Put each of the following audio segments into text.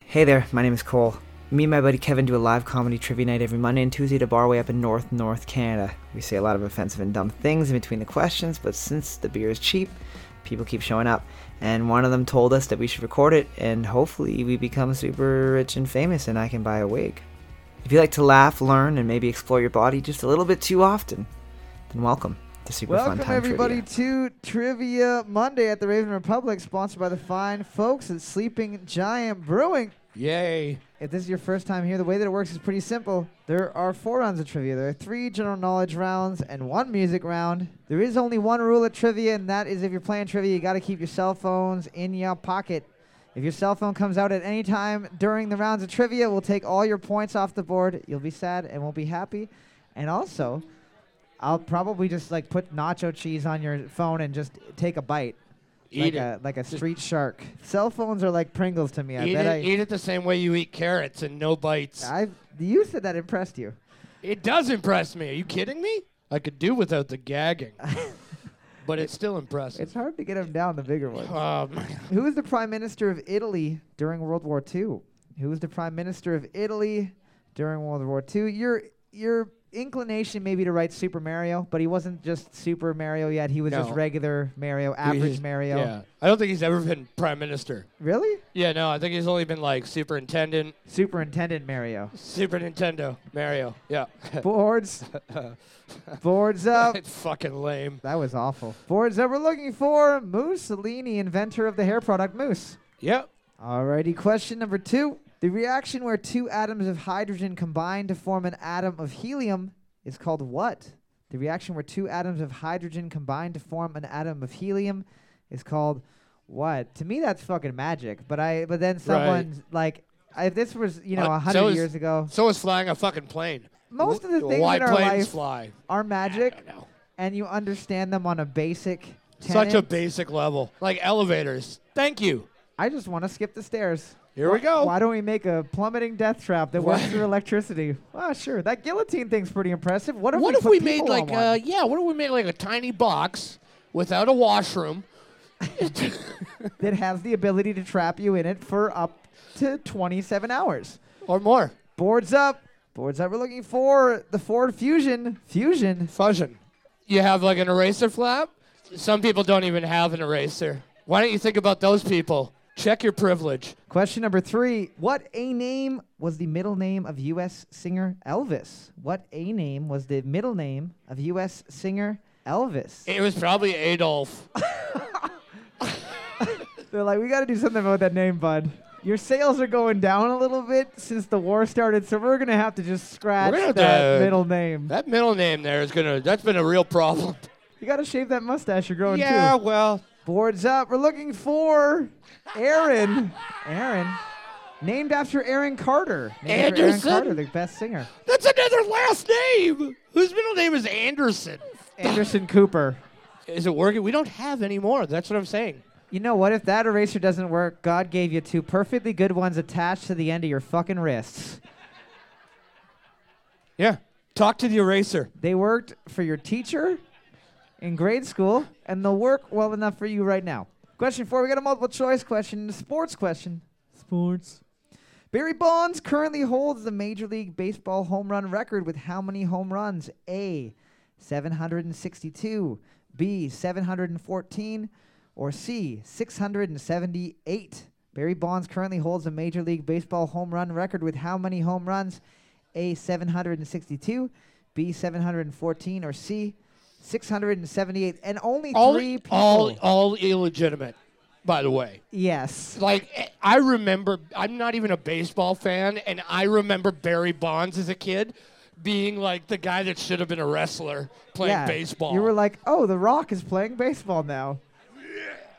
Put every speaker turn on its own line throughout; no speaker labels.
Hey there, my name is Cole. Me and my buddy Kevin do a live comedy trivia night every Monday and Tuesday at a bar way up in North, North Canada. We say a lot of offensive and dumb things in between the questions, but since the beer is cheap, people keep showing up. And one of them told us that we should record it, and hopefully we become super rich and famous and I can buy a wig. If you like to laugh, learn, and maybe explore your body just a little bit too often, then welcome to Super
Welcome
Fun Time
everybody to
Trivia.
Trivia Monday at the Raven Republic, sponsored by the fine folks at Sleeping Giant Brewing.
Yay.
If this is your first time here, the way that it works is pretty simple. There are four rounds of trivia. There are three general knowledge rounds and one music round. There is only one rule of trivia, and that is if you're playing trivia, you got to keep your cell phones in your pocket. If your cell phone comes out at any time during the rounds of trivia, we'll take all your points off the board. You'll be sad and won't be happy. And also, I'll probably just like put nacho cheese on your phone and just take a bite. like
Eat
a like a street shark. Cell phones are like Pringles to me.
it.
I
Eat
bet
it,
I
eat it the same way you eat carrots and no bites.
I you said that impressed you.
it does impress me. Are you kidding me? I could do without the gagging. but it's still impressive.
It's hard to get him down the bigger ones.
Oh, my
Who was the prime minister of Italy during World War II? Who was the prime minister of Italy during World War II? Your your inclination may be to write Super Mario, but he wasn't just Super Mario yet. He was just
No.
regular Mario, average
He's-
Mario.
Yeah. I don't think he's ever been prime minister.
Really?
Yeah, no, I think he's only been like superintendent,
Superintendent Mario.
Super Nintendo, Mario. Yeah.
Boards. Boards up.
it's fucking lame.
That was awful. Boards up. We're looking for Mussolini, inventor of the hair product Moose.
Yep.
Alrighty, question number two. The reaction where two atoms of hydrogen combine to form an atom of helium is called what? The reaction where two atoms of hydrogen combine to form an atom of helium is called what? To me, that's fucking magic. But I, but then someone like, if this was you know
Uh,
a hundred
so is-
years ago,
So is flying a fucking plane.
most of the
Wh-
things
Why
in our
planes
life
fly?
are magic,
I don't know.
and you understand them on a basic.
Such a
tenet.
basic level. Like elevators. Thank you.
I just want to skip the stairs.
Here we go.
Why don't we make a plummeting death trap that works
What?
through electricity? Ah, sure. That guillotine thing's pretty impressive. What if
What
we,
if
put
we made
people
like
on one?
uh yeah, what if we made like a tiny box without a washroom?
that has the ability to trap you in it for up to 27 hours?
or more.
Boards up. Boards up. We're looking for the Ford Fusion. Fusion.
Fusion. You have like an eraser flap? Some people don't even have an eraser. Why don't you think about those people? Check your privilege.
Question number three. What a name was the middle name of U.S. singer Elvis? What a name was the middle name of U.S. singer Elvis?
It was probably Adolf.
They're like, we got to do something about that name, bud. Your sales are going down a little bit since the war started, so we're gonna have to just scratch
We're gonna
that
have to- uh,
middle name.
that middle name there is gonna that's been a real problem.
You gotta shave that mustache you're growing
yeah,
too.
well.
Boards up. We're looking for Aaron. Aaron, named after Aaron Carter. Named after Aaron
Anderson?
Carter, the best singer.
That's another last name. Whose middle name is Anderson?
Anderson Cooper.
Is it working? We don't have any more. That's what I'm saying.
You know what? If that eraser doesn't work, God gave you two perfectly good ones attached to the end of your fucking wrists.
Yeah. Talk to the eraser.
They worked for your teacher in grade school, and they'll work well enough for you right now. Question four, we got a multiple choice question, a sports question. Sports. Barry Bonds currently holds the Major League Baseball home run record with how many home runs? A, 762, B, 714, or C, 678. Barry Bonds currently holds the Major League Baseball home run record with how many home runs? A, 762, B, 714, or C, 678. And only
all,
three people.
all, all illegitimate, by the way.
yes.
Like, eh, I remember, I'm not even a baseball fan, and I remember Barry Bonds as a kid being like the guy that should have been a wrestler playing
Yeah.
baseball.
You were like, oh, The Rock is playing baseball now.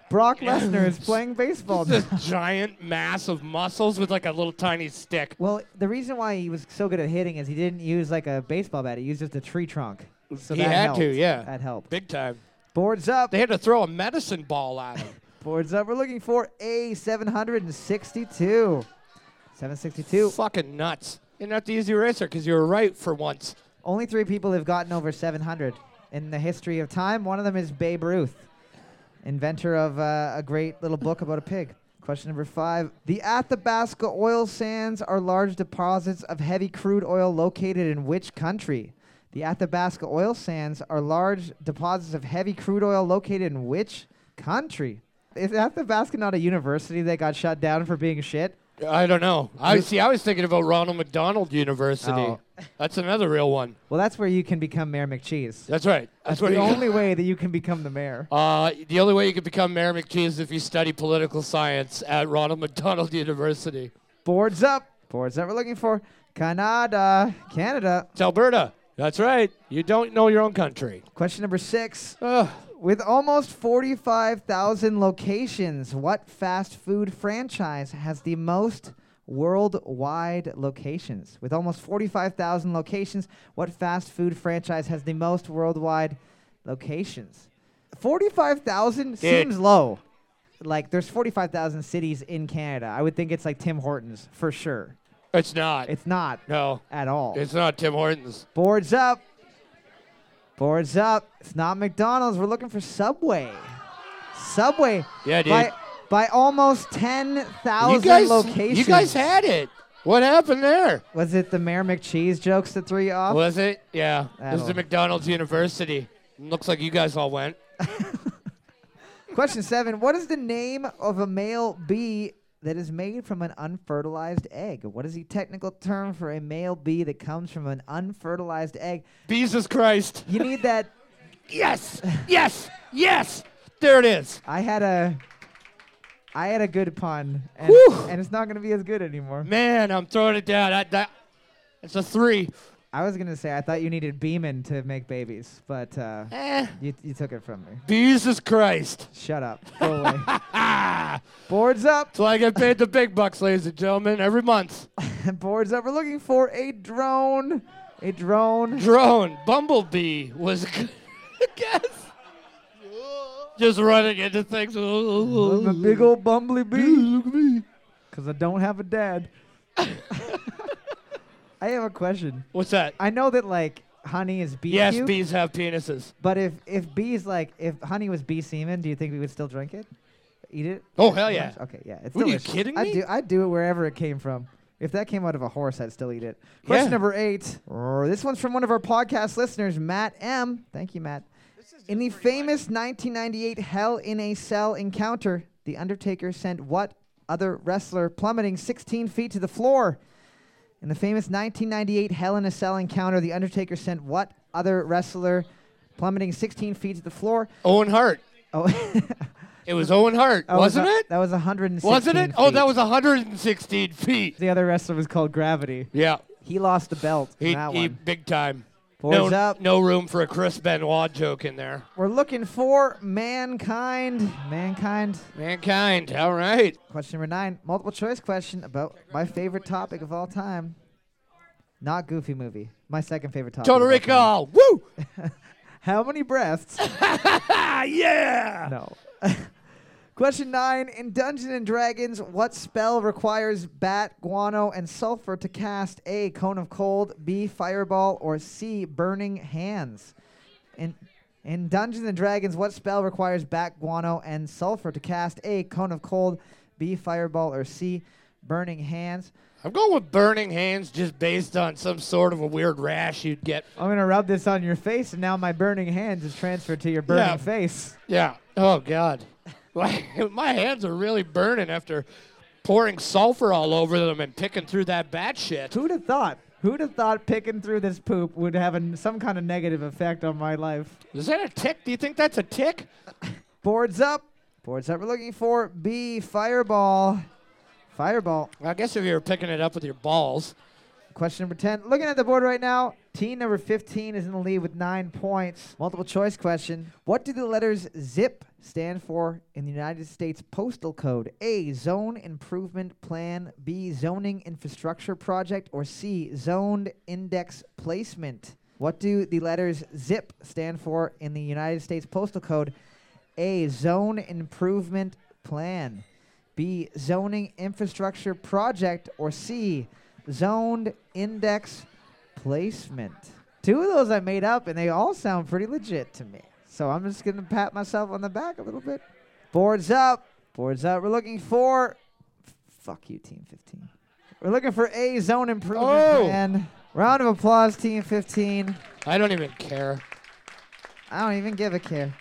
Brock Lesnar is playing baseball now.
this giant mass of muscles with like a little tiny stick.
Well, the reason why he was so good at hitting is he didn't use like a baseball bat. He used just a tree trunk. So
he
that
had
helped.
to, yeah.
That helped.
Big time.
Boards up.
They had to throw a medicine ball at him.
Boards up. We're looking for A762. 762.
Fucking nuts. And not the easy eraser because you were right for once.
Only three people have gotten over 700 in the history of time. One of them is Babe Ruth, inventor of uh, a great little book about a pig. Question number five. The Athabasca oil sands are large deposits of heavy crude oil located in which country? The Athabasca oil sands are large deposits of heavy crude oil located in which country? Is Athabasca not a university that got shut down for being shit?
I don't know. I see. I was thinking about Ronald McDonald University.
Oh.
That's another real one.
Well, that's where you can become Mayor McCheese.
That's right. That's,
That's
where
the
you
only way that you can become the mayor.
Uh, the only way you could become Mayor McGee is if you study political science at Ronald McDonald University.
Boards up. Boards that we're looking for. Canada. Canada.
It's Alberta. That's right. You don't know your own country.
Question number six.
Ugh.
With almost 45,000 locations, what fast food franchise has the most worldwide locations? With almost 45,000 locations, what fast food franchise has the most worldwide locations? 45,000 seems low. Like, there's 45,000 cities in Canada. I would think it's like Tim Hortons for sure.
It's not.
It's not
no,
at all.
it's not Tim Hortons.
Boards up. Boards up. It's not McDonald's. We're looking for Subway. Subway.
Yeah, dude.
By, by almost
you
10,000
guys,
locations.
you guys had it. What happened there?
Was it the Mayor McCheese jokes that threw you off?
Was it? Yeah.
I
This is the
don't-
McDonald's University. Looks like you guys all went.
Question seven. What is the name of a male bee that is made from an unfertilized egg? What is the technical term for a male bee that comes from an unfertilized egg?
Jesus Christ.
You need that.
Yes. Yes. Yes. There it is.
I had a. I had a good pun, and,
Whew.
and it's not going to be as good anymore.
Man, I'm throwing it down. I, that, it's a three.
I was gonna say I thought you needed Beeman to make babies, but uh,
Eh.
you you took it from me.
Jesus Christ.
Shut up. Go away. Boards up.
So I get paid the big bucks, ladies and gentlemen, every month.
Boards up. We're looking for a drone. A drone.
Drone, bumblebee was a good guess. Just running into things.
I'm a big old bumblebee.
Look at me.
Cause I don't have a dad. I have a question.
What's that?
I know that like honey is bee
yes,
puke,
bees have penises.
but if if bees like if honey was bee semen, do you think we would still drink it? Eat it?
Oh, hell yeah.
Okay, yeah. It's
What, are you
delicious.
kidding
I
me?
do. I do it wherever it came from. If that came out of a horse, I'd still eat it. Question
Yeah.
number eight. Oh, This one's from one of our podcast listeners, Matt M. Thank you, Matt. In the famous 1998 Hell in a Cell encounter, The Undertaker sent what other wrestler plummeting 16 feet to the floor? In the famous 1998 Hell in a Cell encounter, The Undertaker sent what other wrestler plummeting 16 feet to the floor?
Owen Hart.
Oh,
It was Owen Hart,
that Oh, was
wasn't
a-
it?
That was 116
Wasn't it? Oh,
feet.
that was 116 feet.
The other wrestler was called Gravity.
Yeah,
He lost the belt in
he,
that
he
one.
big time.
Boards
no,
up.
no room for a Chris Benoit joke in there.
We're looking for mankind. Mankind.
Mankind. All right.
Question number nine. Multiple choice question about my favorite topic of all time. Not Goofy movie. My second favorite topic.
Total
of all time.
Recall. Woo!
How many breasts?
Ah, yeah.
no. Question nine. In Dungeons and Dragons, what spell requires bat, guano, and sulfur to cast A, Cone of Cold, B, Fireball, or C, Burning Hands? In, in Dungeons and Dragons, what spell requires bat, guano, and sulfur to cast A, Cone of Cold, B, Fireball, or C, Burning Hands?
I'm going with burning hands just based on some sort of a weird rash you'd get.
I'm going to rub this on your face, and now my burning hands is transferred to your burning
Yeah.
face.
Yeah. Oh God. My my hands are really burning after pouring sulfur all over them and picking through that bat shit.
Who'd have thought? Who'd have thought picking through this poop would have an, some kind of negative effect on my life?
Is that a tick? Do you think that's a tick?
Boards up. Boards up. We're looking for B. Fireball. Fireball.
I guess if you were picking it up with your balls.
Question number 10. Looking at the board right now, team number 15 is in the lead with nine points. Multiple choice question. What do the letters ZIP stand for in the United States Postal Code? A. Zone Improvement Plan. B. Zoning Infrastructure Project. Or C. Zoned Index Placement. What do the letters ZIP stand for in the United States Postal Code? A. Zone Improvement Plan. B. Zoning Infrastructure Project. Or C. Zoned Index Placement. Two of those I made up, and they all sound pretty legit to me. So I'm just going to pat myself on the back a little bit. Boards up. Boards out. We're looking for. Fuck you, Team 15. We're looking for a zone improvement
Oh.
plan. Round of applause, Team 15.
I don't even care.
I don't even give a care.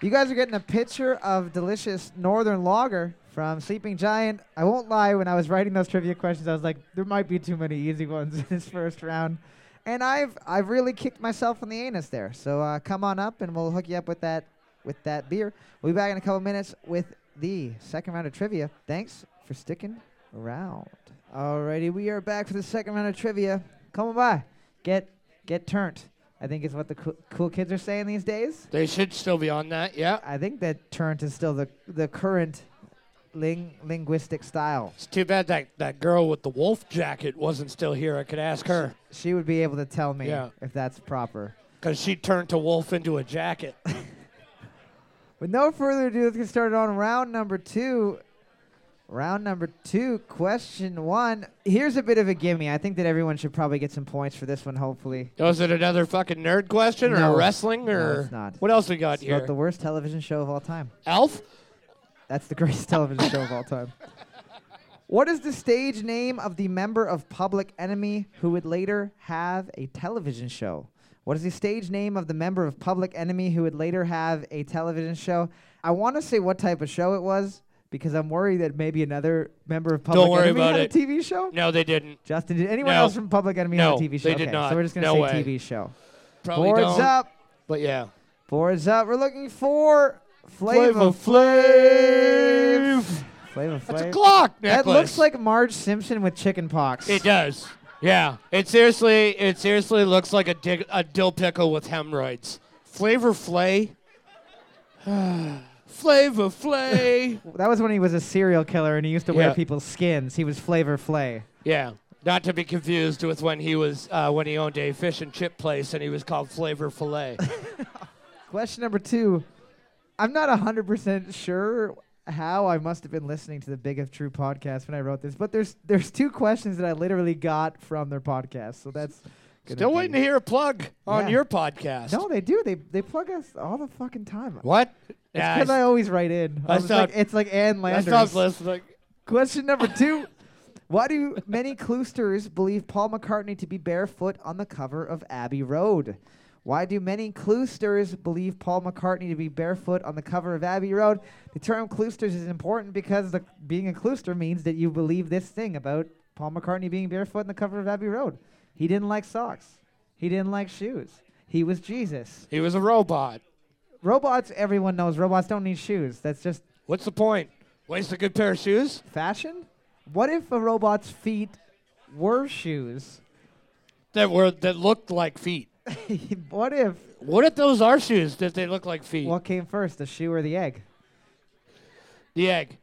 You guys are getting a picture of delicious Northern Lager from Sleeping Giant. I won't lie, when I was writing those trivia questions, I was like, there might be too many easy ones in this first round. And I've I've really kicked myself in the anus there. So uh, come on up, and we'll hook you up with that with that beer. We'll be back in a couple minutes with the second round of trivia. Thanks for sticking around. Alrighty, we are back for the second round of trivia. Come on by, get get turned. I think is what the cool, cool kids are saying these days.
They should still be on that. Yeah.
I think that turnt is still the the current ling- linguistic style.
It's too bad that that girl with the wolf jacket wasn't still here. I could ask her
She would be able to tell me
Yeah.
if that's proper.
because she turned to wolf into a jacket.
With no further ado, let's get started on round number two. Round number two, question one. Here's a bit of a gimme. I think that everyone should probably get some points for this one, hopefully.
Was it another fucking nerd question or
No.
a wrestling
No,
or
it's not.
what else we got
It's
here?
about the worst television show of all time.
Elf.
That's the greatest television show of all time. What is the stage name of the member of Public Enemy who would later have a television show? What is the stage name of the member of Public Enemy who would later have a television show? I want to say what type of show it was because I'm worried that maybe another member of Public
worry
Enemy
about
had
it.
a TV show.
No, they didn't.
Justin, did anyone
No.
else from Public Enemy
No,
have a TV show?
they did
okay,
not.
So we're just gonna
No
say
way.
TV show.
Probably
Boards
don't.
up.
But yeah.
Boards up. We're looking for Flavor
Flav.
Flavor
That's a
Flav.
clock necklace.
That looks like Marge Simpson with chicken pox.
It does. Yeah. It seriously, it seriously looks like a, dig- a dill pickle with hemorrhoids. Flavor Flay. Flavor Flay.
That was when he was a serial killer and he used to wear
Yeah.
people's skins. He was Flavor Flay.
yeah. Not to be confused with when he was uh, when he owned a fish and chip place and he was called Flavor Filet.
Question number two. I'm not 100% sure how I must have been listening to the Big of True podcast when I wrote this, but there's there's two questions that I literally got from their podcast. So that's gonna
Still
be-
waiting to hear a plug on
Yeah.
your podcast.
No, they do. They they plug us all the fucking time.
What? Yeah, I
Because I, always write in.
I
I was like,
stopped-
it's like Ann
I
Landers.
stopped listening.
Question number two. Why do many Cloisters believe Paul McCartney to be barefoot on the cover of Abbey Road? Why do many Cloisters believe Paul McCartney to be barefoot on the cover of Abbey Road? The term Cloisters is important because the, being a Cloister means that you believe this thing about Paul McCartney being barefoot on the cover of Abbey Road. He didn't like socks. He didn't like shoes. He was Jesus.
He was a robot.
Robots, everyone knows robots don't need shoes. That's just
What's the point? Waste a good pair of shoes?
fashion? What if a robot's feet were shoes?
That were that looked like feet.
what if
What if those are shoes that they look like feet?
what came first, the shoe or the egg?
The egg.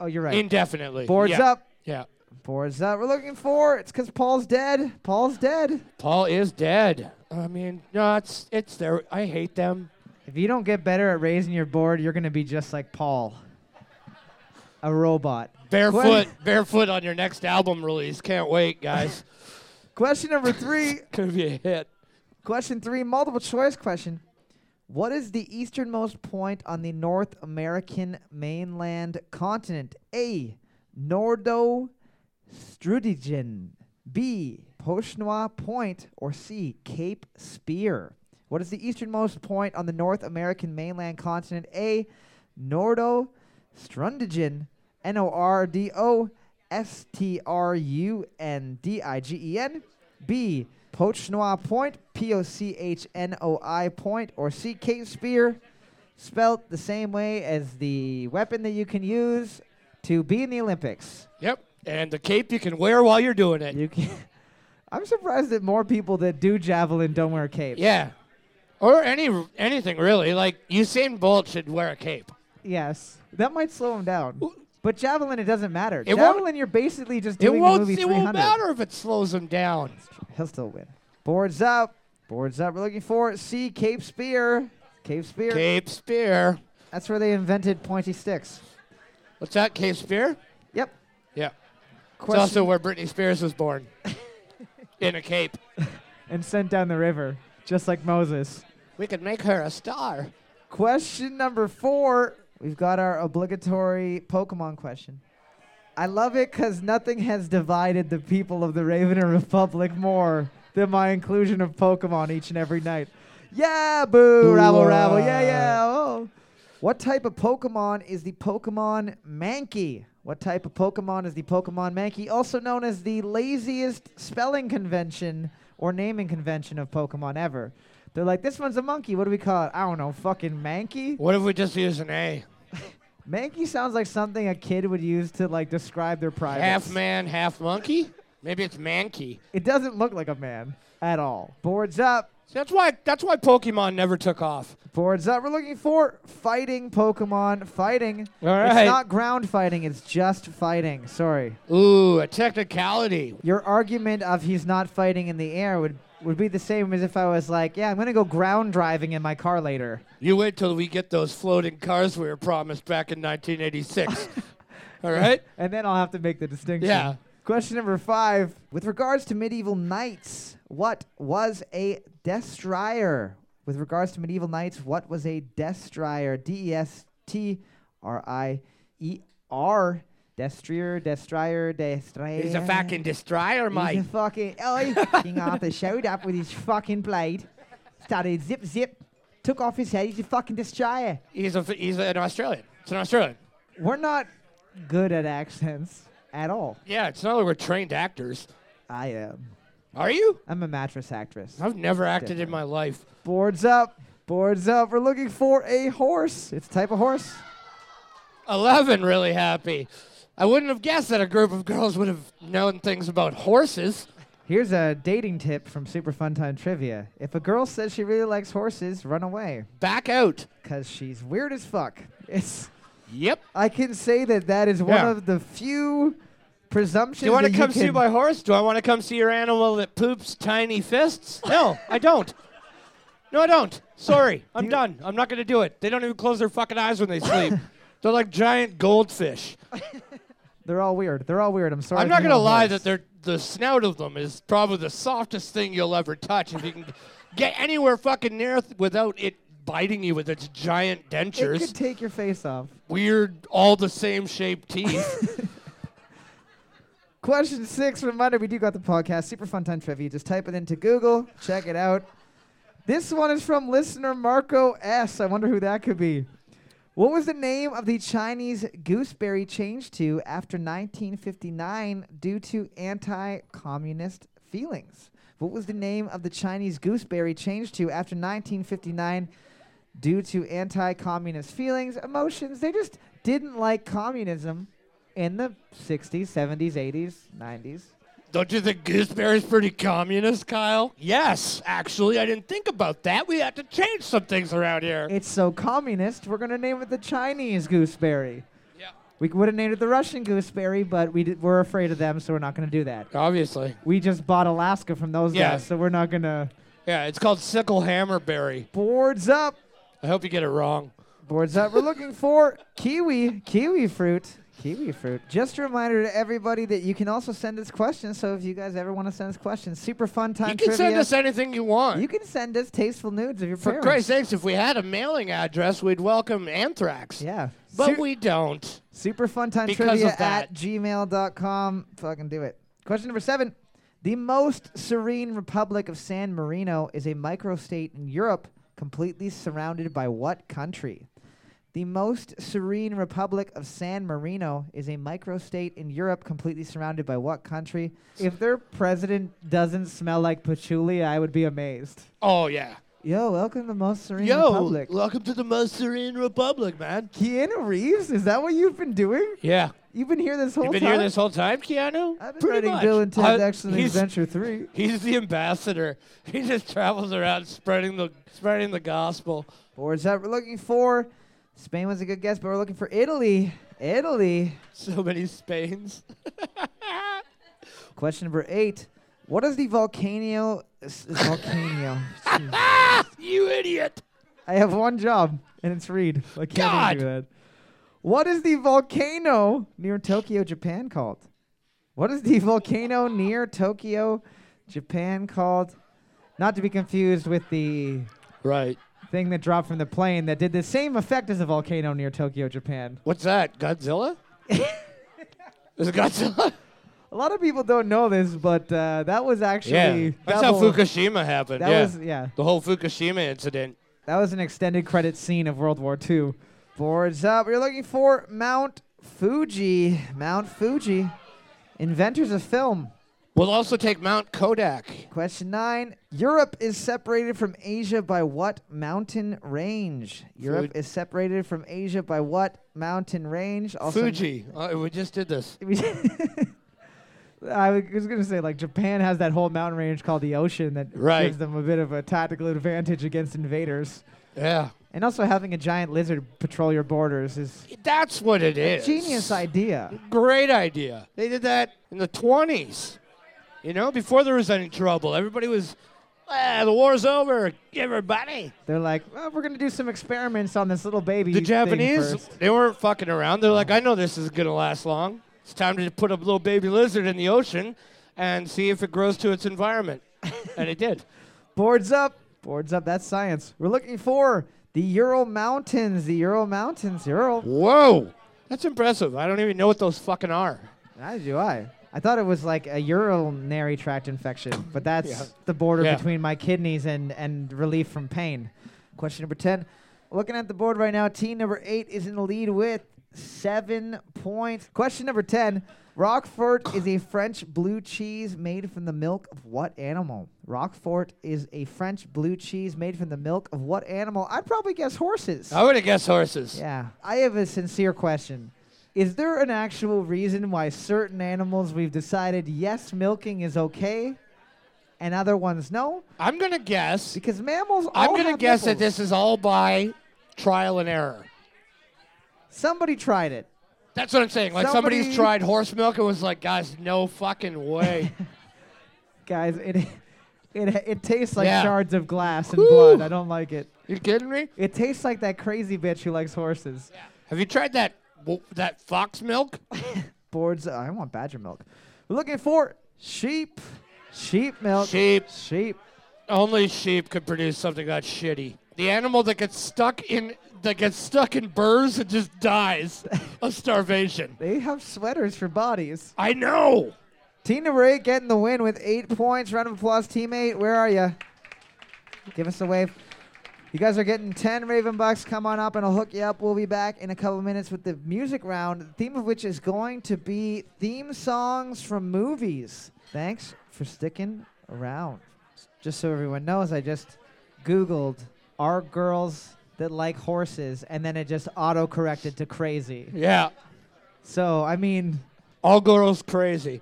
Oh, you're right.
Indefinitely.
Boards
Yeah.
up.
Yeah.
Boards up. We're looking for it's because Paul's dead. Paul's dead.
Paul is dead. I mean, no, it's it's their I hate them.
If you don't get better at raising your board, you're gonna be just like Paul, a robot.
Barefoot, barefoot on your next album release. Can't wait, guys.
Question number three.
Gonna be a hit.
question three. Multiple choice question. What is the easternmost point on the North American mainland continent? A. Nordo Strudigen. B. Pochnois Point. Or C. Cape Spear. What is the easternmost point on the North American mainland continent? A. Nordo Strundigen. N O R D O S T R U N D I G E N. B. Pochnois Point. P O C H N O I Point. Or C. Cape Spear spelt the same way as the weapon that you can use to be in the Olympics.
Yep. And the cape you can wear while you're doing it.
You can. I'm surprised that more people that do javelin don't wear capes.
yeah. Or any anything really. Like Usain Bolt should wear a cape.
Yes. That might slow them down. But javelin, it doesn't matter.
won't-
javelin, you're basically just
It
doing the
won't
movie
it
300.
won't matter if it slows him down.
He'll still win. Boards up. Boards up. We're looking for C. Cape Spear. Cape Spear.
Cape Spear.
That's where they invented pointy sticks.
What's that? Cape Spear?
Yep.
Yeah. It's
Question
also where Britney Spears was born. In a cape.
and sent down the river, just like Moses.
We could make her a star.
Question number four. We've got our obligatory Pokemon question. I love it because nothing has divided the people of the Ravener Republic more than my inclusion of Pokemon each and every night. Yeah, boo, rabble, rabble. Yeah, yeah. Oh. What type of Pokemon is the Pokemon Mankey? What type of Pokemon is the Pokemon Mankey? Also known as the laziest spelling convention or naming convention of Pokemon ever. They're like, this one's a monkey. What do we call it? I don't know. Fucking Mankey?
What if we just use an A?
Mankey sounds like something a kid would use to like describe their privates.
Half man, half monkey? Maybe it's mankey.
It doesn't look like a man at all. Boards up.
See, that's why that's why Pokemon never took off.
Boards up. We're looking for fighting Pokemon. Fighting.
All
It's
right.
not ground fighting. It's just fighting. Sorry.
Ooh, a technicality.
Your argument of he's not fighting in the air would would be the same as if I was like, yeah, I'm gonna go ground driving in my car later.
You wait till we get those floating cars we were promised back in 1986. All right?
And then I'll have to make the distinction.
Yeah.
Question number five. With regards to medieval knights, what was a destrier? With regards to medieval knights, what was a destrier? D E S T R I E R. Destrier, destrier, destrier.
He's a fucking destroyer,
He's
Mike.
a fucking. Oh, King Arthur showed up with his fucking blade, started zip zip, took off his head. He's a fucking destroyer.
He's a f- he's an Australian. It's an Australian.
We're not good at accents at all.
Yeah, it's not like we're trained actors.
I am.
Are you?
I'm a mattress actress.
I've never acted in my life.
Boards up. Boards up. We're looking for a horse. It's a type of horse.
11 really happy. I wouldn't have guessed that a group of girls would have known things about horses.
Here's a dating tip from Super Fun Time Trivia. If a girl says she really likes horses, run away
Back out.
because she's weird as fuck. It's
Yep.
I can say that that is one
Yeah.
of the few presumptions
Do you want to
that
come see
can-
my horse? Do I want to come see your animal that poops tiny fists? No, I don't. No, I don't. Sorry. I'm
you-
done. I'm not going to do it. They don't even close their fucking eyes when they sleep. They're like giant goldfish.
They're all weird. They're all weird. I'm sorry.
I'm
if
not
you
going to
want a
lie
horse.
that they're, the snout of them is probably the softest thing you'll ever touch if you can get anywhere fucking near th- without it biting you with its giant
It
dentures.
could take your face off.
Weird, all the same shaped teeth.
Question six. Reminder: We do got the podcast, Super Fun Time Trivia. Just type it into Google, check it out. This one is from listener Marco S. I wonder who that could be. What was the name of the Chinese gooseberry changed to after 1959 due to anti-communist feelings? What was the name of the Chinese gooseberry changed to after 1959 due to anti-communist feelings, emotions? They just didn't like communism in the 60s, 70s, 80s, 90s.
Don't you think Gooseberry's pretty communist, Kyle? Yes, actually, I didn't think about that. We had to change some things around here.
It's so communist, we're going to name it the Chinese gooseberry.
Yeah.
We would have named it the Russian gooseberry, but we d- we're afraid of them, so we're not going to do that.
Obviously.
We just bought Alaska from those
Yeah.
guys, so we're not going to.
Yeah, it's called sickle hammerberry.
Boards up!
I hope you get it wrong.
Boards up. We're looking for kiwi, kiwi fruit, kiwi fruit. Just a reminder to everybody that you can also send us questions. So if you guys ever want to send us questions, super fun time
you can
trivia.
send us anything you want.
you can send us tasteful nudes of your
For
parents.
Christ's sakes, if we had a mailing address, we'd welcome anthrax.
Yeah.
But
Su-
we don't.
Super fun time
Because
trivia
of that.
at gmail.com. Fucking do it. Question number seven. The most serene Republic of San Marino is a microstate in Europe completely surrounded by what country? The most serene Republic of San Marino is a microstate in Europe completely surrounded by what country? If their president doesn't smell like patchouli, I would be amazed.
Oh, yeah.
Yo, welcome to the most serene
Yo,
Republic.
welcome to the most serene republic, man.
Keanu Reeves, is that what you've been doing?
Yeah.
You've been here this whole
You've been
time?
here this whole time, Keanu?
I've been
Pretty
writing
much.
Bill and Ted's
I-
Excellent
he's-
Adventure 3.
He's the ambassador. He just travels around spreading the spreading the gospel.
Boards that we're looking for. Spain was a good guess, but we're looking for Italy. Italy.
So many Spains.
Question number eight. What is the volcano? s- volcano. Jeez.
Ah, you idiot!
I have one job, and it's read. I can't even
God.
do that. What is the volcano near Tokyo, Japan called? What is the volcano near Tokyo, Japan called? Not to be confused with the
Right.
thing that dropped from the plane that did the same effect as a volcano near Tokyo, Japan.
What's that? Godzilla? Is it Godzilla?
A lot of people don't know this, but uh, that was actually
Yeah. That's how
double-
Fukushima happened.
That
yeah.
was yeah.
the whole Fukushima incident.
That was an extended credit scene of World War II. Boards up. We're looking for Mount Fuji. Mount Fuji. Inventors of film.
We'll also take Mount Kodak.
Question nine. Europe is separated from Asia by what mountain range? Europe
Fuji.
is separated from Asia by what mountain range?
Fuji. Uh, we just did this.
I was going to say, like, Japan has that whole mountain range called the ocean that
Right.
gives them a bit of a tactical advantage against invaders.
Yeah.
And also having a giant lizard patrol your borders is
That's what it is.
genius idea.
Great idea. They did that in the 20s. You know, before there was any trouble, everybody was, ah, the war's over, everybody.
They're like, well, we're gonna do some experiments on this little baby.
The
thing
Japanese,
first."
they weren't fucking around. They're like, I know this is going to last long. It's time to put a little baby lizard in the ocean and see if it grows to its environment. and it did.
Boards up, boards up. That's science. We're looking for the Ural Mountains. The Ural Mountains. Ural.
Whoa. That's impressive. I don't even know what those fucking are.
Neither do I. I thought it was like a urinary tract infection, but that's
Yeah.
the border
Yeah.
between my kidneys and and relief from pain. Question number ten. Looking at the board right now, team number eight is in the lead with seven points. Question number ten. Roquefort is a French blue cheese made from the milk of what animal? Roquefort is a French blue cheese made from the milk of what animal? I'd probably guess horses.
I would have guessed horses.
Yeah. I have a sincere question. Is there an actual reason why certain animals we've decided yes, milking is okay, and other ones no?
I'm going to guess.
Because mammals.
I'm
all
going to
have
guess that
nipples.
this is all by trial and error.
Somebody tried it.
That's what I'm saying. Like somebody's
Somebody-
tried horse milk and was like, guys, no fucking way.
Guys, it, it, it tastes like
Yeah.
shards of glass and
Whew.
blood. I don't like it.
you kidding me?
It tastes like that crazy bitch who likes horses.
Have you tried that w- that fox milk?
Boards. I want badger milk. We're looking for sheep. Sheep milk.
Sheep.
Sheep.
Only sheep could produce something that shitty. The animal that gets stuck in that gets stuck in burrs and just dies of starvation.
They have sweaters for bodies.
I know.
Team number eight getting the win with eight points. Round of applause, teammate. Where are you? Give us a wave. You guys are getting 10 Raven Bucks. Come on up and I'll hook you up. We'll be back in a couple minutes with the music round, the theme of which is going to be theme songs from movies. Thanks for sticking around. Just so everyone knows, I just Googled are girls that like horses, and then it just auto corrected to crazy.
Yeah.
So, I mean,
All girls crazy.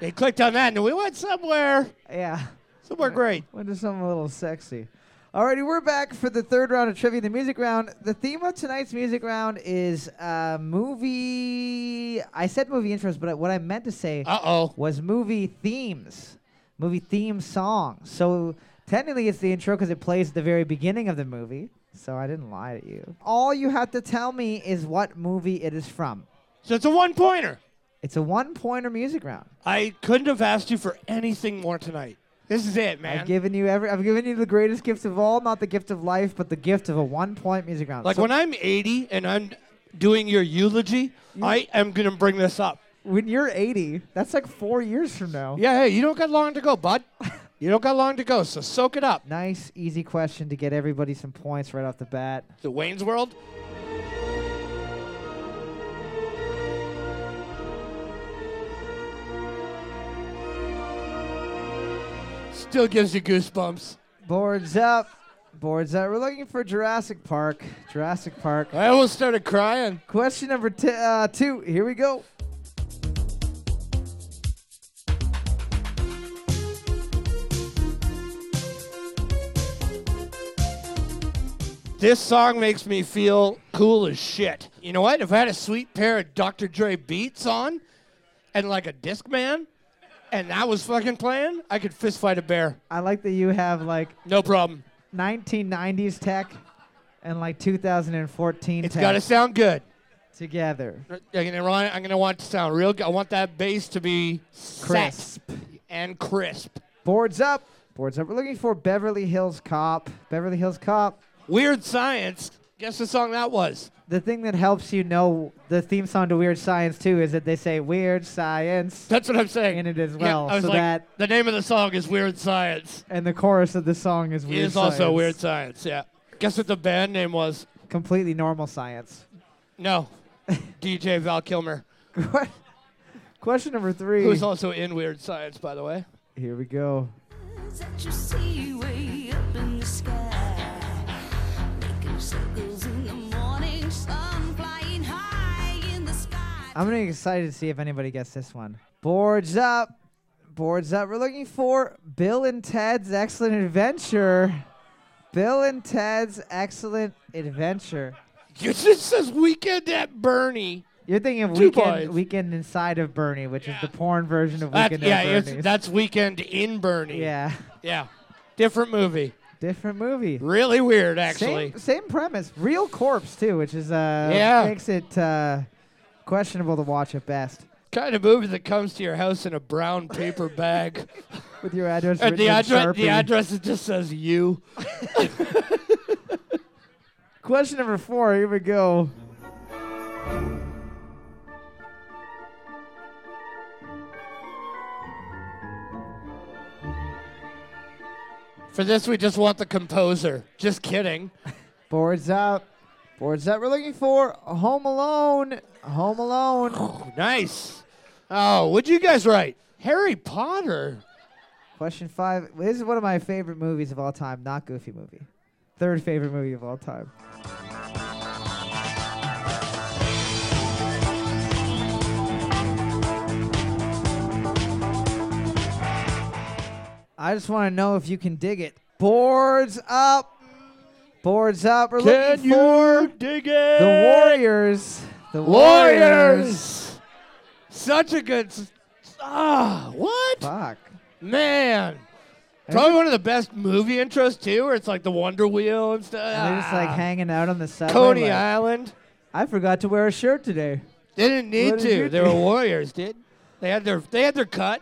they clicked on that and we went somewhere.
yeah.
Somewhere great.
Went to something a little sexy. Alrighty, we're back for the third round of trivia, the music round. The theme of tonight's music round is uh, movie. I said movie intros, but what I meant to say
Uh oh.
was movie themes, movie theme songs. So technically, it's the intro because it plays at the very beginning of the movie. So I didn't lie to you. All you have to tell me is what movie it is from.
So it's a one pointer.
It's a one-pointer music round.
I couldn't have asked you for anything more tonight. This is it, man.
I've given you every. I've given you the greatest gift of all, not the gift of life, but the gift of a one-point music round.
Like
So
when I'm 80 and I'm doing your eulogy, I am gonna bring this up.
when you're 80, that's like four years from now.
Yeah, hey, you don't got long to go, bud. you don't got long to go, so soak it up.
Nice, easy question to get everybody some points right off the bat.
The Wayne's World. Still gives you goosebumps.
Boards up, boards up. We're looking for Jurassic Park. Jurassic Park.
I almost started crying.
Question number t- uh, two. Here we go.
This song makes me feel cool as shit. You know what? If I had a sweet pair of Dr. Dre beats on and like a disc man and that was fucking playing, I could fist fight a bear.
I like that you have like
No problem.
1990s tech and like 2014
It's
tech
got to sound good.
together.
I'm gonna, want, I'm gonna want it to sound real good. I want that bass to be set
Crisp.
and crisp.
Boards up. Boards up. We're looking for Beverly Hills Cop. Beverly Hills Cop.
Weird Science. Guess the song that was.
The thing that helps you know the theme song to Weird Science too is that they say Weird Science
That's what I'm saying.
in it as
Yeah,
well.
I was
so
like,
that
the name of the song is Weird Science.
and the chorus of the song is
It
Weird
is
Science.
also Weird Science, yeah. Guess what the band name was?
Completely normal science.
No. DJ Val Kilmer,
Question number three.
who's also in Weird Science, by the way.
Here we go.
that you see way up in the sky. Making circles in the morning sun, flying high in the sky.
I'm gonna be excited to see if anybody gets this one. Boards up, boards up. We're looking for Bill and Ted's Excellent Adventure. Bill and Ted's Excellent Adventure.
It just says Weekend at Bernie.
You're thinking of
Two
weekend,
boys.
weekend inside of Bernie, which is the porn version of
That,
Weekend
yeah,
at
it's,
Bernie's.
that's Weekend in Bernie.
yeah,
Yeah. Different movie.
different movie.
Really weird, actually.
same, same premise. Real corpse too, which is uh
Yeah.
makes it uh, questionable to watch at best.
Kind of movie that comes to your house in a brown paper bag.
With your address
and
written
Uh, the,
in
address,
Sharpie.
the address it just says you.
Question number four. Here we go.
For this, we just want the composer. Just kidding.
Boards up. Boards up. We're looking for Home Alone. Home Alone.
Nice. Oh, what'd you guys write? Harry Potter.
Question five. This is one of my favorite movies of all time, not Goofy movie. Third favorite movie of all time. I just want to know if you can dig it. Boards up. Boards up. We're looking for
dig it?
the Warriors. The
Warriors. Such a good. s- Ah, what?
Fuck.
Man. Probably one of the best movie intros, too, where it's like the Wonder Wheel and stuff.
And they're just like
Ah.
hanging out on the subway.
Coney
like,
Island.
I forgot to wear a shirt today.
They didn't
What
need
did you
to. They
do?
were warriors, dude. They had their they had their cut.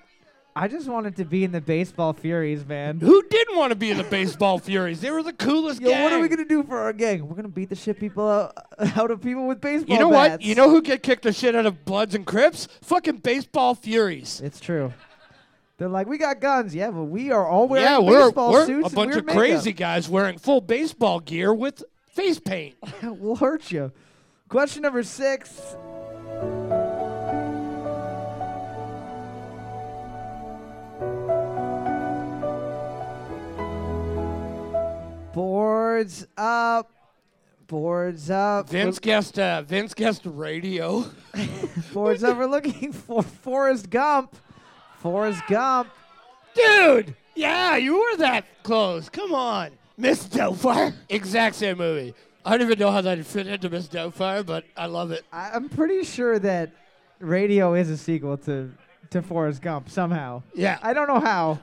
I just wanted to be in the baseball furies, man.
Who didn't want to be in the baseball furies? They were the coolest
Yo, what are we
gang.
gonna do for our gang? We're gonna beat the shit people out, out of people with baseball
You know
bats.
what? You know who get kicked the shit out of Bloods and Crips? Fucking baseball furies.
It's true. They're like, we got guns. Yeah, but we are all wearing
yeah, we're,
baseball
we're
suits
a
and
bunch
weird
of crazy guys wearing full baseball gear with face paint.
makeup. we'll hurt you. Question number six. Boards up. Boards up.
Vince guest uh, Vince guest radio.
Boards up. We're looking for Forrest Gump. Forrest Gump.
Dude! Yeah, you were that close. Come on. Miss Doubtfire. Exact same movie. I don't even know how that fit into Miss Doubtfire, but I love it.
I- I'm pretty sure that Radio is a sequel to to Forrest Gump somehow.
Yeah.
I don't know how.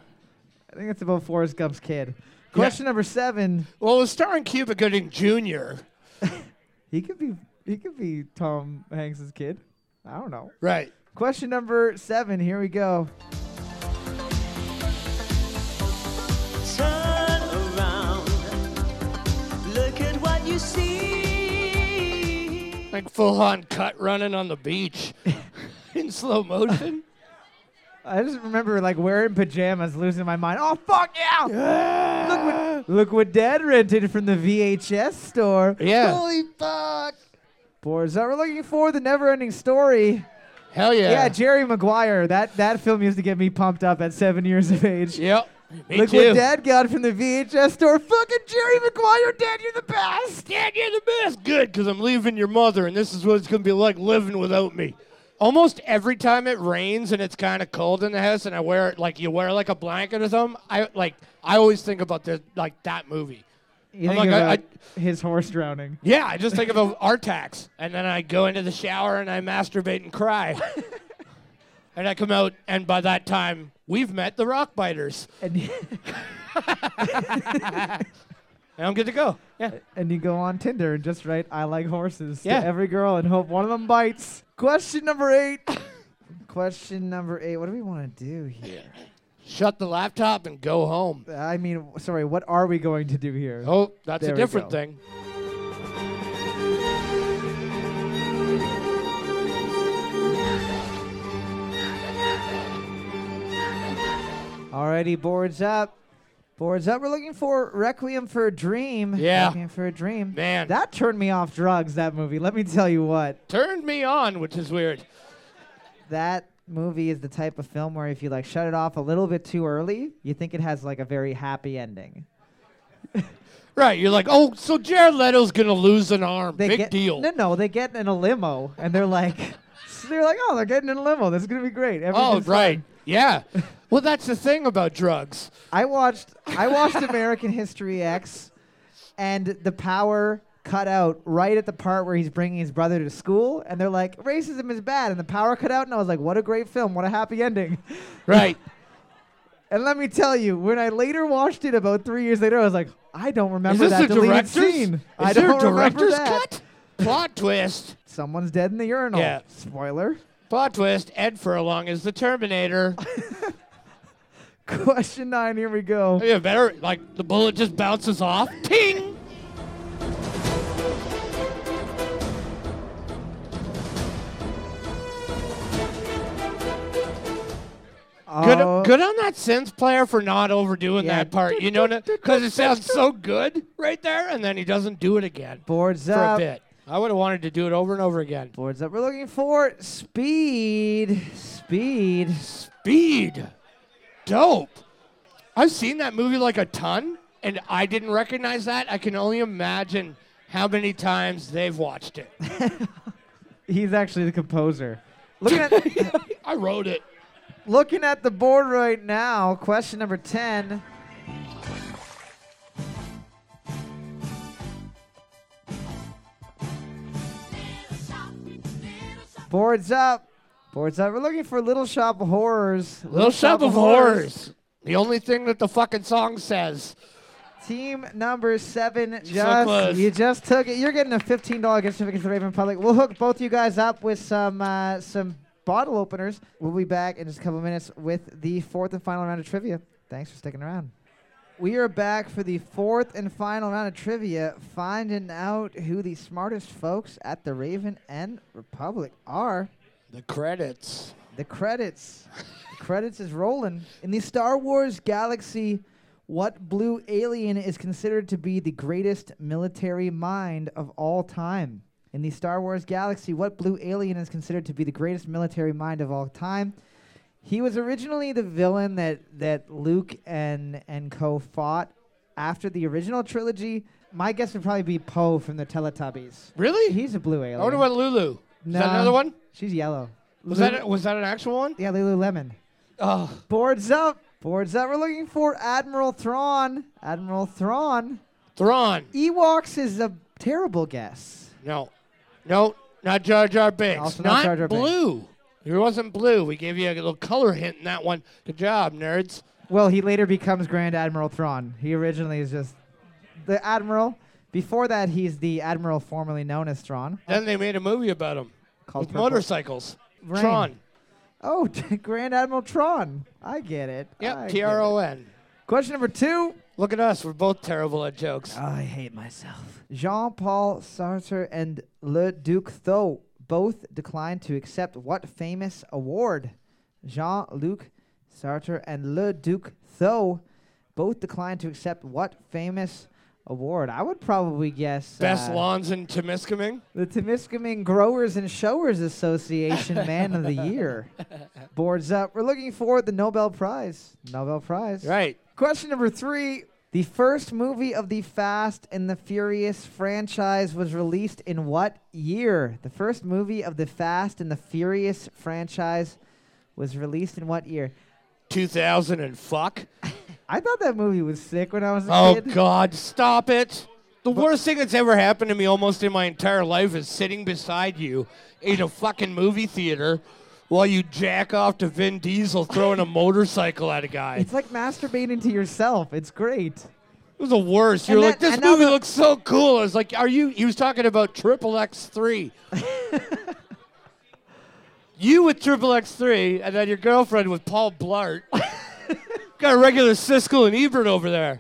I think it's about Forrest Gump's kid. Question number seven.
well, it was starring Cuba Gooding Jr.
He could be he could be Tom Hanks's kid. I don't know.
Right.
Question number seven. Here we go.
Turn around. Look at what you see.
Like full on cut running on the beach in slow motion.
I just remember like wearing pajamas, losing my mind. Oh fuck yeah! Look what look what Dad rented from the VHS store.
Yeah.
Holy fuck! Boards that we're looking for the never-ending story.
Hell yeah.
Yeah, Jerry Maguire. That that film used to get me pumped up at seven years of age.
Yep. Me
Look
too.
what Dad got from the VHS store. Fucking Jerry Maguire, Dad, you're the best.
Dad, you're the best. Good, because I'm leaving your mother, and this is what it's going to be like living without me. Almost every time it rains and it's kind of cold in the house, and I wear like you wear like a blanket or something. I like I always think about this like that movie.
You
I'm
think
like, I-
about his horse drowning.
Yeah, I just think about Artax, and then I go into the shower and I masturbate and cry, and I come out, and by that time we've met the rock biters,
And
and I'm good to go. Yeah,
and you go on Tinder and just write "I like horses"
Yeah.
to every girl and hope one of them bites. Question number eight. Question number eight. What do we want to do here? Uh,
shut the laptop, and go home.
I mean, w- sorry, what are we going to do here?
Oh, that's
There
a
we
different
go.
thing.
Alrighty, boards up. Boards up. We're looking for Requiem for a Dream.
Yeah.
Requiem for a Dream.
Man.
That turned me off drugs, that movie. Let me tell you what.
Turned me on, which is weird.
That movie is the type of film where if you like shut it off a little bit too early, you think it has like a very happy ending.
Right, you're like, oh, so Jared Leto's gonna lose an arm.
They
Big
get,
deal.
No, no, they get in a limo and they're like, they're like, oh, they're getting in a limo. This is gonna be great.
oh,
Everything's fine."
right. Yeah. well, that's the thing about drugs.
I watched I watched American History X, and the power cut out right at the part where he's bringing his brother to school, and they're like, racism is bad, and the power cut out, and I was like, what a great film, what a happy ending.
Right.
And let me tell you, when I later watched it about three years later, I was like, I don't remember
is this
that
a
deleted
director's?
scene.
Is
I
there
don't
a director's
remember that.
cut? Plot twist.
Someone's dead in the urinal.
Yeah.
Spoiler.
Plot twist. Ed Furlong is the Terminator.
Question nine. Here we go.
Oh, yeah, better. Like the bullet just bounces off. Ting. Good,
Oh,
good on that synth player for not overdoing
Yeah.
that part. You know, because it sounds so good right there, and then he doesn't do it again
Boards
for a
up.
bit. I would have wanted to do it over and over again.
Boards up. We're looking for speed. Speed.
Speed. Dope. I've seen that movie like a ton, and I didn't recognize that. I can only imagine how many times they've watched it.
He's actually the composer. Looking at
I wrote it.
looking at the board right now. Question number ten. Boards up. Boards up. We're looking for Little Shop of Horrors.
Little Shop of Horrors. The only thing that the fucking song says.
Team number seven, just
close.
you just took it. You're getting a fifteen dollar gift certificate to the Raven Public. We'll hook both you guys up with some uh, some bottle openers. We'll be back in just a couple of minutes with the fourth and final round of trivia. Thanks for sticking around. We are back for the fourth and final round of trivia, finding out who the smartest folks at the Raven and Republic are.
The credits.
The credits. the credits is rolling. In the Star Wars galaxy, what blue alien is considered to be the greatest military mind of all time? In the Star Wars galaxy, what blue alien is considered to be the greatest military mind of all time? He was originally the villain that, that Luke and, and co fought after the original trilogy. My guess would probably be Poe from the Teletubbies.
Really?
He's a blue alien.
I wonder what Lulu. Is that
Nah,
another one?
She's yellow.
Was
Lu-
that was that an actual one?
yeah, Lululemon.
Oh,
Boards up. Boards up. We're looking for Admiral Thrawn. Admiral Thrawn.
Thrawn.
Ewoks is a terrible guess.
No, no, not Jar Jar Binks.
Also not
not
Jar Jar Binks.
blue. It wasn't blue. We gave you a little color hint in that one. Good job, nerds.
Well, he later becomes Grand Admiral Thrawn. He originally is just the Admiral. Before that, he's the Admiral formerly known as Thrawn.
Then they made a movie about him
Called
with
Purple.
motorcycles.
Rain.
Tron.
Oh, Grand Admiral Tron. I get it. I
Yep,
get
T R O N.
it. Question number two.
Look at us. We're both terrible at jokes.
Oh, I hate myself. Jean Paul Sartre and Le Duc Tho both declined to accept what famous award? Jean Luc Sartre and Le Duc Tho both declined to accept what famous award? I would probably guess
Best
uh,
lawns in Temiskaming.
the Timiskaming Growers and Showers Association Man of the Year. Boards up. We're looking for the Nobel Prize. Nobel Prize.
Right.
Question number three. The first movie of the Fast and the Furious franchise was released in what year? The first movie of the Fast and the Furious franchise was released in what year?
2000 and fuck.
I thought that movie was sick when I was a
Oh,
kid.
God, stop it. The worst thing that's ever happened to me almost in my entire life is sitting beside you in a fucking movie theater while you jack off to Vin Diesel throwing a motorcycle at a guy.
It's like masturbating to yourself. It's great.
It was the worst. You're
And
like,
then-
this
and now
movie
the-
looks so cool. I was like, are you? He was talking about Triple X Three. You with Triple X Three, and then your girlfriend with Paul Blart. Got a regular Siskel and Ebert over there.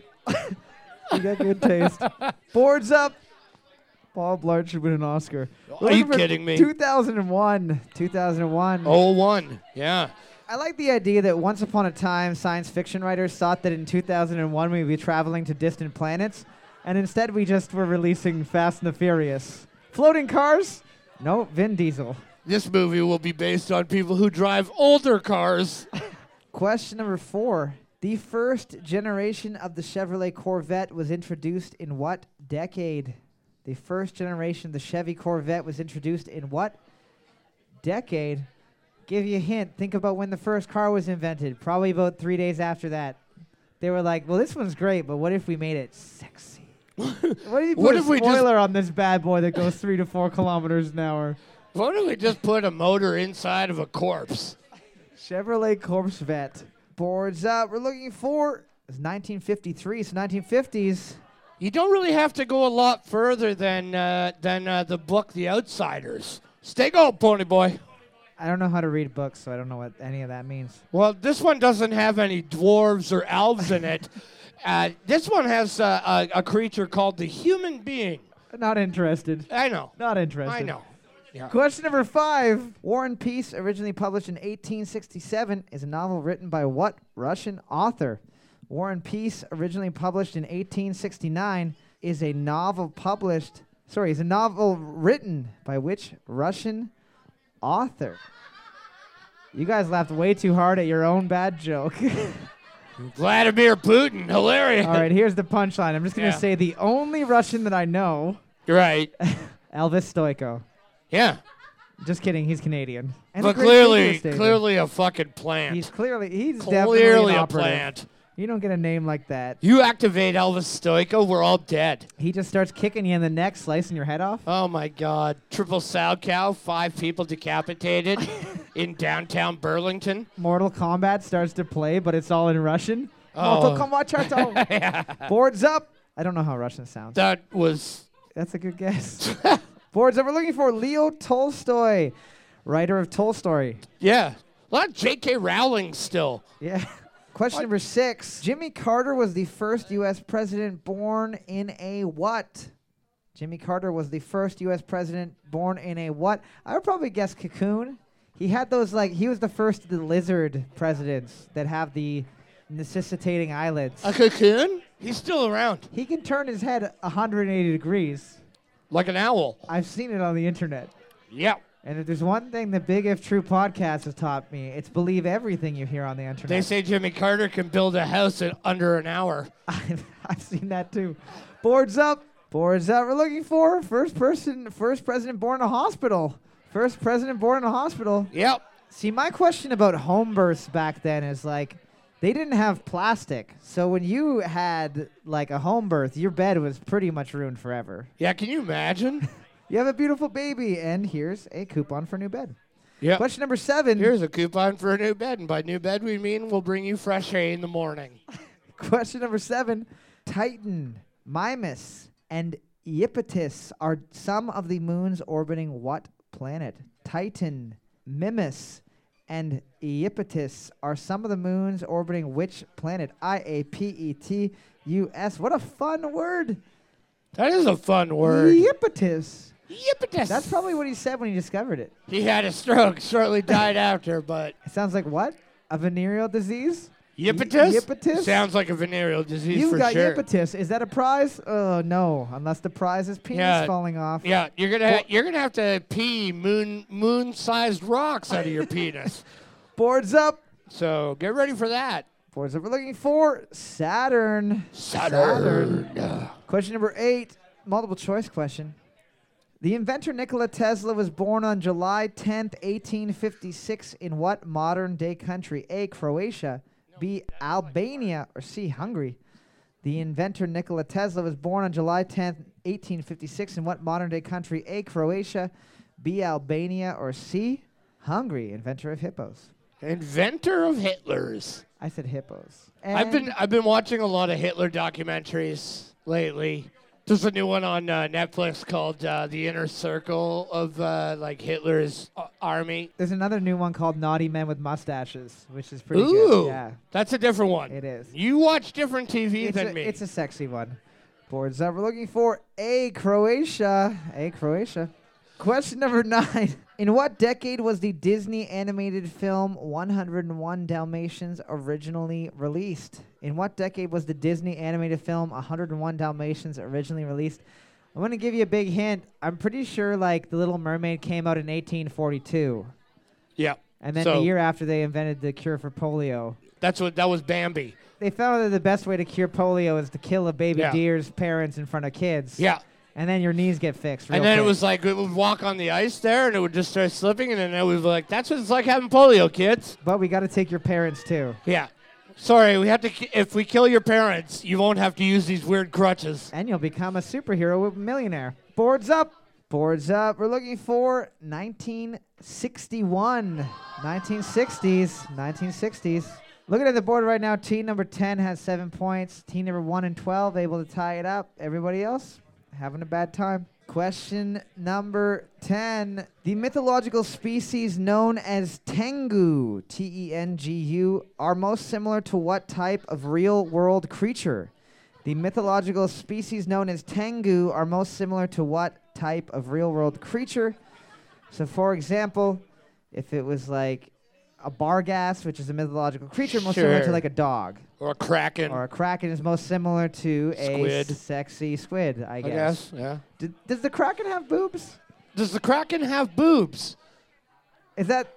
You got good taste. Boards up. Paul Blart should win an Oscar. We're
Are you
looking for
kidding me?
2001. 2001.
Oh one, yeah.
I like the idea that once upon a time, science fiction writers thought that in 2001 we'd be traveling to distant planets, and instead we just were releasing Fast and the Furious. Floating cars? No, Vin Diesel.
This movie will be based on people who drive older cars.
Question number four. The first generation of the Chevrolet Corvette was introduced in what decade? The first generation of the Chevy Corvette was introduced in what decade? Give you a hint. Think about when the first car was invented. Probably about three days after that. They were like, well, this one's great, but what if we made it sexy? what if you put
What
a
if we just-
spoiler on this bad boy that goes three to four kilometers an hour?
Why don't we just put a motor inside of a corpse?
Chevrolet Corvette boards up. We're looking for it's 1953, so 1950s.
You don't really have to go a lot further than uh, than uh, the book The Outsiders. Stay gold, pony boy.
I don't know how to read books, so I don't know what any of that means.
Well, this one doesn't have any dwarves or elves in it. Uh, this one has uh, a, a creature called the human being.
Not interested.
I know.
Not interested.
I know. Yeah.
Question number five. War and Peace, originally published in 1867, is a novel written by what Russian author? War and Peace, originally published in 1869, is a novel published, sorry, is a novel written by which Russian author? You guys laughed way too hard at your own bad joke.
Vladimir Putin. Hilarious.
All right, here's the punchline. I'm just going to
Yeah.
say the only Russian that I know,
Right.
Elvis Stoiko.
Yeah.
Just kidding, he's Canadian. And a
But
great radio
clearly,
station.
clearly a fucking plant.
He's clearly he's definitely
clearly
an
a
operative.
plant.
You don't get a name like that.
You activate Elvis Stoico, we're all dead.
He just starts kicking you in the neck, slicing your head off.
Oh my God. Triple sow cow, five people decapitated in downtown Burlington.
Mortal Kombat starts to play, but it's all in Russian.
Oh.
Mortal Kombat Charto. Boards up. I don't know how Russian sounds.
That was.
That's a good guess. Boards up. We're looking for Leo Tolstoy, writer of Tolstoy.
Yeah. A lot of J.K. Rowling still.
Yeah. Question number six. Jimmy Carter was the first U.S. president born in a what? Jimmy Carter was the first U.S. president born in a what? I would probably guess cocoon. He had those, like, he was the first of the lizard presidents that have the necessitating eyelids.
A cocoon? He's still around.
He can turn his head 180 degrees.
Like an owl.
I've seen it on the internet.
Yeah.
And if there's one thing the Big If True podcast has taught me, it's believe everything you hear on the internet.
They say Jimmy Carter can build a house in under an hour.
I've, I've seen that too. Boards up. Boards up. We're looking for first person, first president born in a hospital. First president born in a hospital.
Yep.
See, my question about home births back then is like, they didn't have plastic. So when you had like a home birth, your bed was pretty much ruined forever.
Yeah, can you imagine?
You have a beautiful baby, and here's a coupon for a new bed.
Yeah.
Question number seven.
Here's a coupon for a new bed, and by new bed we mean we'll bring you fresh hay in the morning.
Question number seven Titan, Mimas, and Iapetus are some of the moons orbiting what planet? Titan, Mimas, and Iapetus are some of the moons orbiting which planet? I A P E T U S. What a fun word!
That is a fun word.
Iapetus.
Yippitus.
That's probably what he said when he discovered it.
He had a stroke, shortly died after, but
It sounds like what? A venereal disease?
Yippitus?
Yippitus?
Sounds like a venereal disease
You've
for
got
sure.
Iapetus. Is that a prize? Oh, no. Unless the prize is penis
Yeah.
falling off.
Yeah, you're gonna ha- you're gonna have to pee moon moon-sized rocks out of your penis.
Boards up.
So get ready for that.
Boards up. We're looking for Saturn.
Saturn.
Question number eight, multiple choice question. The inventor Nikola Tesla was born on July 10th, 1856, in what modern day country? A. Croatia, B. Albania, or C. Hungary? The inventor Nikola Tesla was born on July 10th, 1856, in what modern day country? A. Croatia, B. Albania, or C. Hungary? Inventor of hippos.
Inventor of Hitler's.
I said hippos.
I've been
And-
I've been watching a lot of Hitler documentaries lately. There's a new one on uh, Netflix called uh, The Inner Circle of uh, like Hitler's uh, army.
There's another new one called Naughty Men with Mustaches, which is pretty
Ooh,
good. Yeah.
that's a different one.
It is.
You watch different TV
It's
than
a,
me.
it's a sexy one. Boards up. We're looking for A Croatia. A Croatia. Question number nine. In what decade was the Disney animated film 101 Dalmatians originally released? In what decade was the Disney animated film 101 Dalmatians originally released? I'm going to give you a big hint. I'm pretty sure, like, The Little Mermaid came out in 1842.
yeah.
And then
so
the year after, they invented the cure for polio.
that's what that was Bambi.
They found that the best way to cure polio is to kill a baby
Yeah.
deer's parents in front of kids.
Yeah.
And then your knees get fixed. real
and then
quick.
it was like it would walk on the ice there, and it would just start slipping, and then it was like that's what it's like having polio, kids.
But we got to take your parents too.
Yeah. Sorry, we have to. ki- If we kill your parents, you won't have to use these weird crutches.
And you'll become a superhero with millionaire. Boards up. Boards up. We're looking for 1961. 1960s. 1960s. Looking at the board right now, team number 10 has seven points. Team number 1 and 12 able to tie it up. Everybody else having a bad time. Question number 10. The mythological species known as Tengu, T E N G U, are most similar to what type of real world creature? The mythological species known as Tengu are most similar to what type of real world creature? So, for example, if it was like a bargas, which is a mythological creature, most similar to
Sure.
like a dog,
Or a kraken.
or a kraken is most similar to a
Squid.
sexy squid, I
I
guess.
guess. Yeah.
D- does the kraken have boobs?
Does the kraken have boobs?
Is that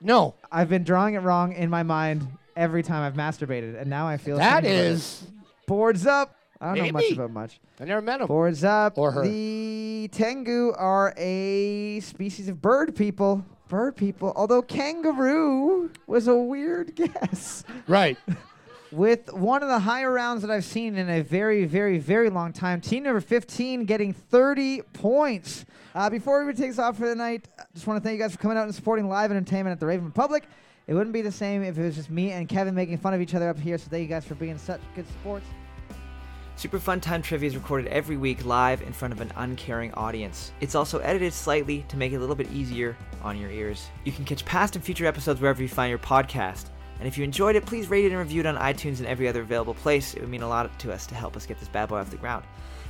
No.
I've been drawing it wrong in my mind every time I've masturbated, and now I feel
That
ashamed about it.
is.
boards up. I don't know much
Maybe.
about much.
I never met him.
Boards up.
Or her.
The tengu are a species of bird people. Bird people, although kangaroo was a weird guess.
Right.
With one of the higher rounds that I've seen in a very, very, very long time, team number 15 getting 30 points. Uh, before everybody takes off for the night, I just want to thank you guys for coming out and supporting live entertainment at the Raven Republic. It wouldn't be the same if it was just me and Kevin making fun of each other up here, so thank you guys for being such good sports.
Super Fun Time Trivia is recorded every week live in front of an uncaring audience. It's also edited slightly to make it a little bit easier on your ears. You can catch past and future episodes wherever you find your podcast. And if you enjoyed it, please rate it and review it on iTunes and every other available place. It would mean a lot to us to help us get this bad boy off the ground.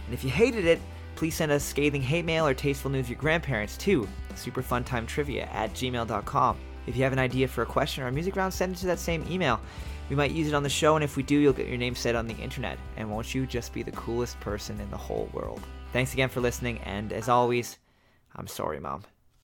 And if you hated it, please send us scathing hate mail or tasteful news of your grandparents too. Superfuntimetrivia at gmail.com. If you have an idea for a question or a music round, send it to that same email. We might use it on the show, and if we do, you'll get your name said on the internet. And won't you just be the coolest person in the whole world? Thanks again for listening, and as always, I'm sorry, Mom.